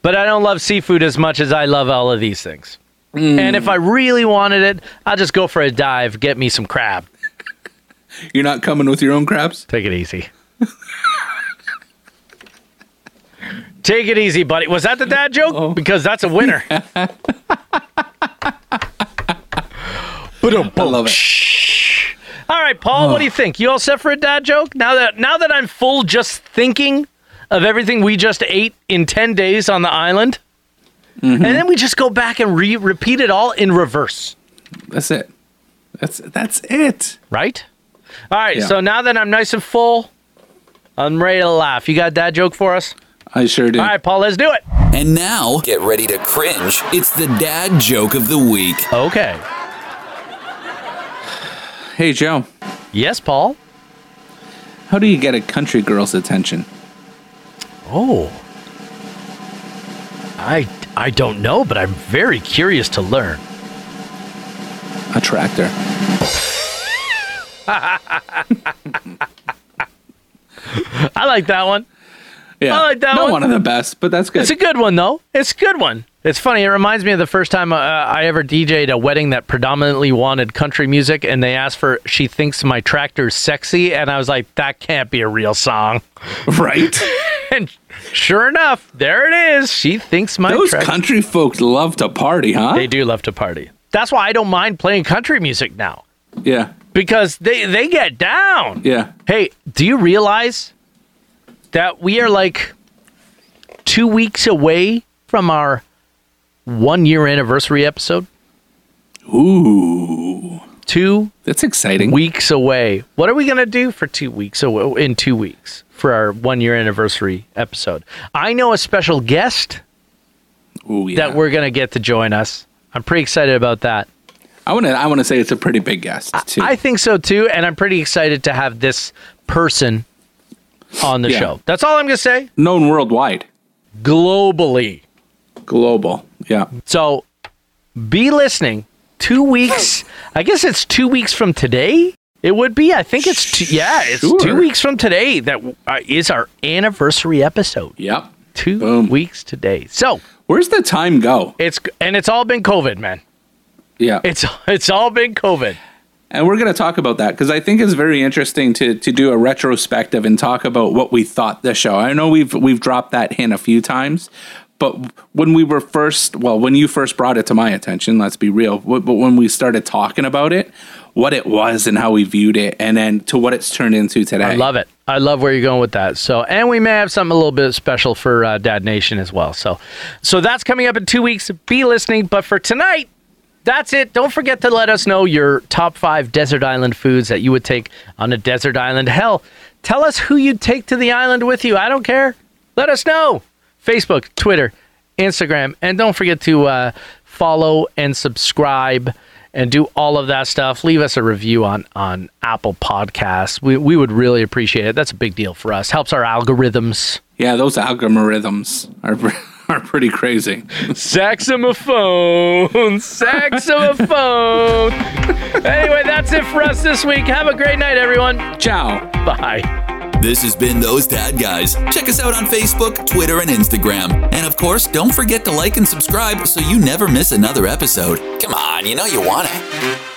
but I don't love seafood as much as I love all of these things. And if I really wanted it, I'll just go for a dive, get me some crab. You're not coming with your own crabs. Take it easy. Take it easy, buddy. Was that the dad joke? Because that's a winner. I love it. All right, Paul, what do you think? You all set for a dad joke? Now that now that I'm full just thinking of everything we just ate in 10 days on the island. And then we just go back and re- repeat it all in reverse, That's it. That's that's it. right? All right, Yeah. so now that I'm nice and full, I'm ready to laugh. You got that joke for us? I sure do. All right, Paul, let's do it. And now, get ready to cringe. It's the dad joke of the week. Okay. Hey Joe, Yes, Paul. how do you get a country girl's attention? Oh. I I don't know, but I'm very curious to learn. Attract her. I like that one. Yeah, I like Oh, that Not one. one of the best, but that's good. It's a good one though. It's a good one. It's funny. It reminds me of the first time uh, I ever DJ'd a wedding that predominantly wanted country music, and they asked for "She Thinks My Tractor's Sexy," and I was like, "That can't be a real song." right? And sure enough, there it is. She thinks my Those tractor. country folks love to party, huh? they do love to party. That's why I don't mind playing country music now Yeah, because they they get down. yeah. Hey, do you realize that we are like two weeks away from our one year anniversary episode? Ooh, Two that's exciting. weeks away. What are we going to do for two weeks aw- in two weeks for our one year anniversary episode? I know a special guest Ooh, yeah. that we're going to get to join us. I'm pretty excited about that. I want to. I want to say it's a pretty big guest too. I think so too. And I'm pretty excited to have this person on the Yeah. show. That's all I'm going to say Known worldwide, globally. global. Yeah, So be listening. Two weeks. I guess it's two weeks from today. It would be. I think it's two, yeah. It's two Sure. weeks from today that uh, is our anniversary episode. yep. Two Boom. weeks today. So Where's the time go? it's and it's all been COVID, man. Yeah, It's it's all been COVID. and we're going to talk about that because I think it's very interesting to to do a retrospective and talk about what we thought the show. I know we've we've dropped that hint a few times, but when we were first, well, when you first brought it to my attention, let's be real, wh- but when we started talking about it, what it was and how we viewed it, and then to what it's turned into today. I love it. I love where you're going with that. So, and we may have something a little bit special for uh, Dad Nation as well. So, so that's coming up in two weeks. Be listening. But for tonight, that's it. Don't forget to let us know your top five desert island foods that you would take on a desert island. Hell, tell us who you'd take to the island with you. I don't care. Let us know. Facebook, Twitter, Instagram, and don't forget to uh, follow and subscribe and do all of that stuff. Leave us a review on on Apple Podcasts. We we would really appreciate it. That's a big deal for us. Helps our algorithms. Yeah, those algorithms are are pretty crazy. Saxophone, saxophone. anyway, that's it for us this week. Have a great night, everyone. Ciao. Bye. This has been Those Dad Guys. Check us out on Facebook, Twitter, and Instagram. And of course, don't forget to like and subscribe so you never miss another episode. Come on, you know you want it.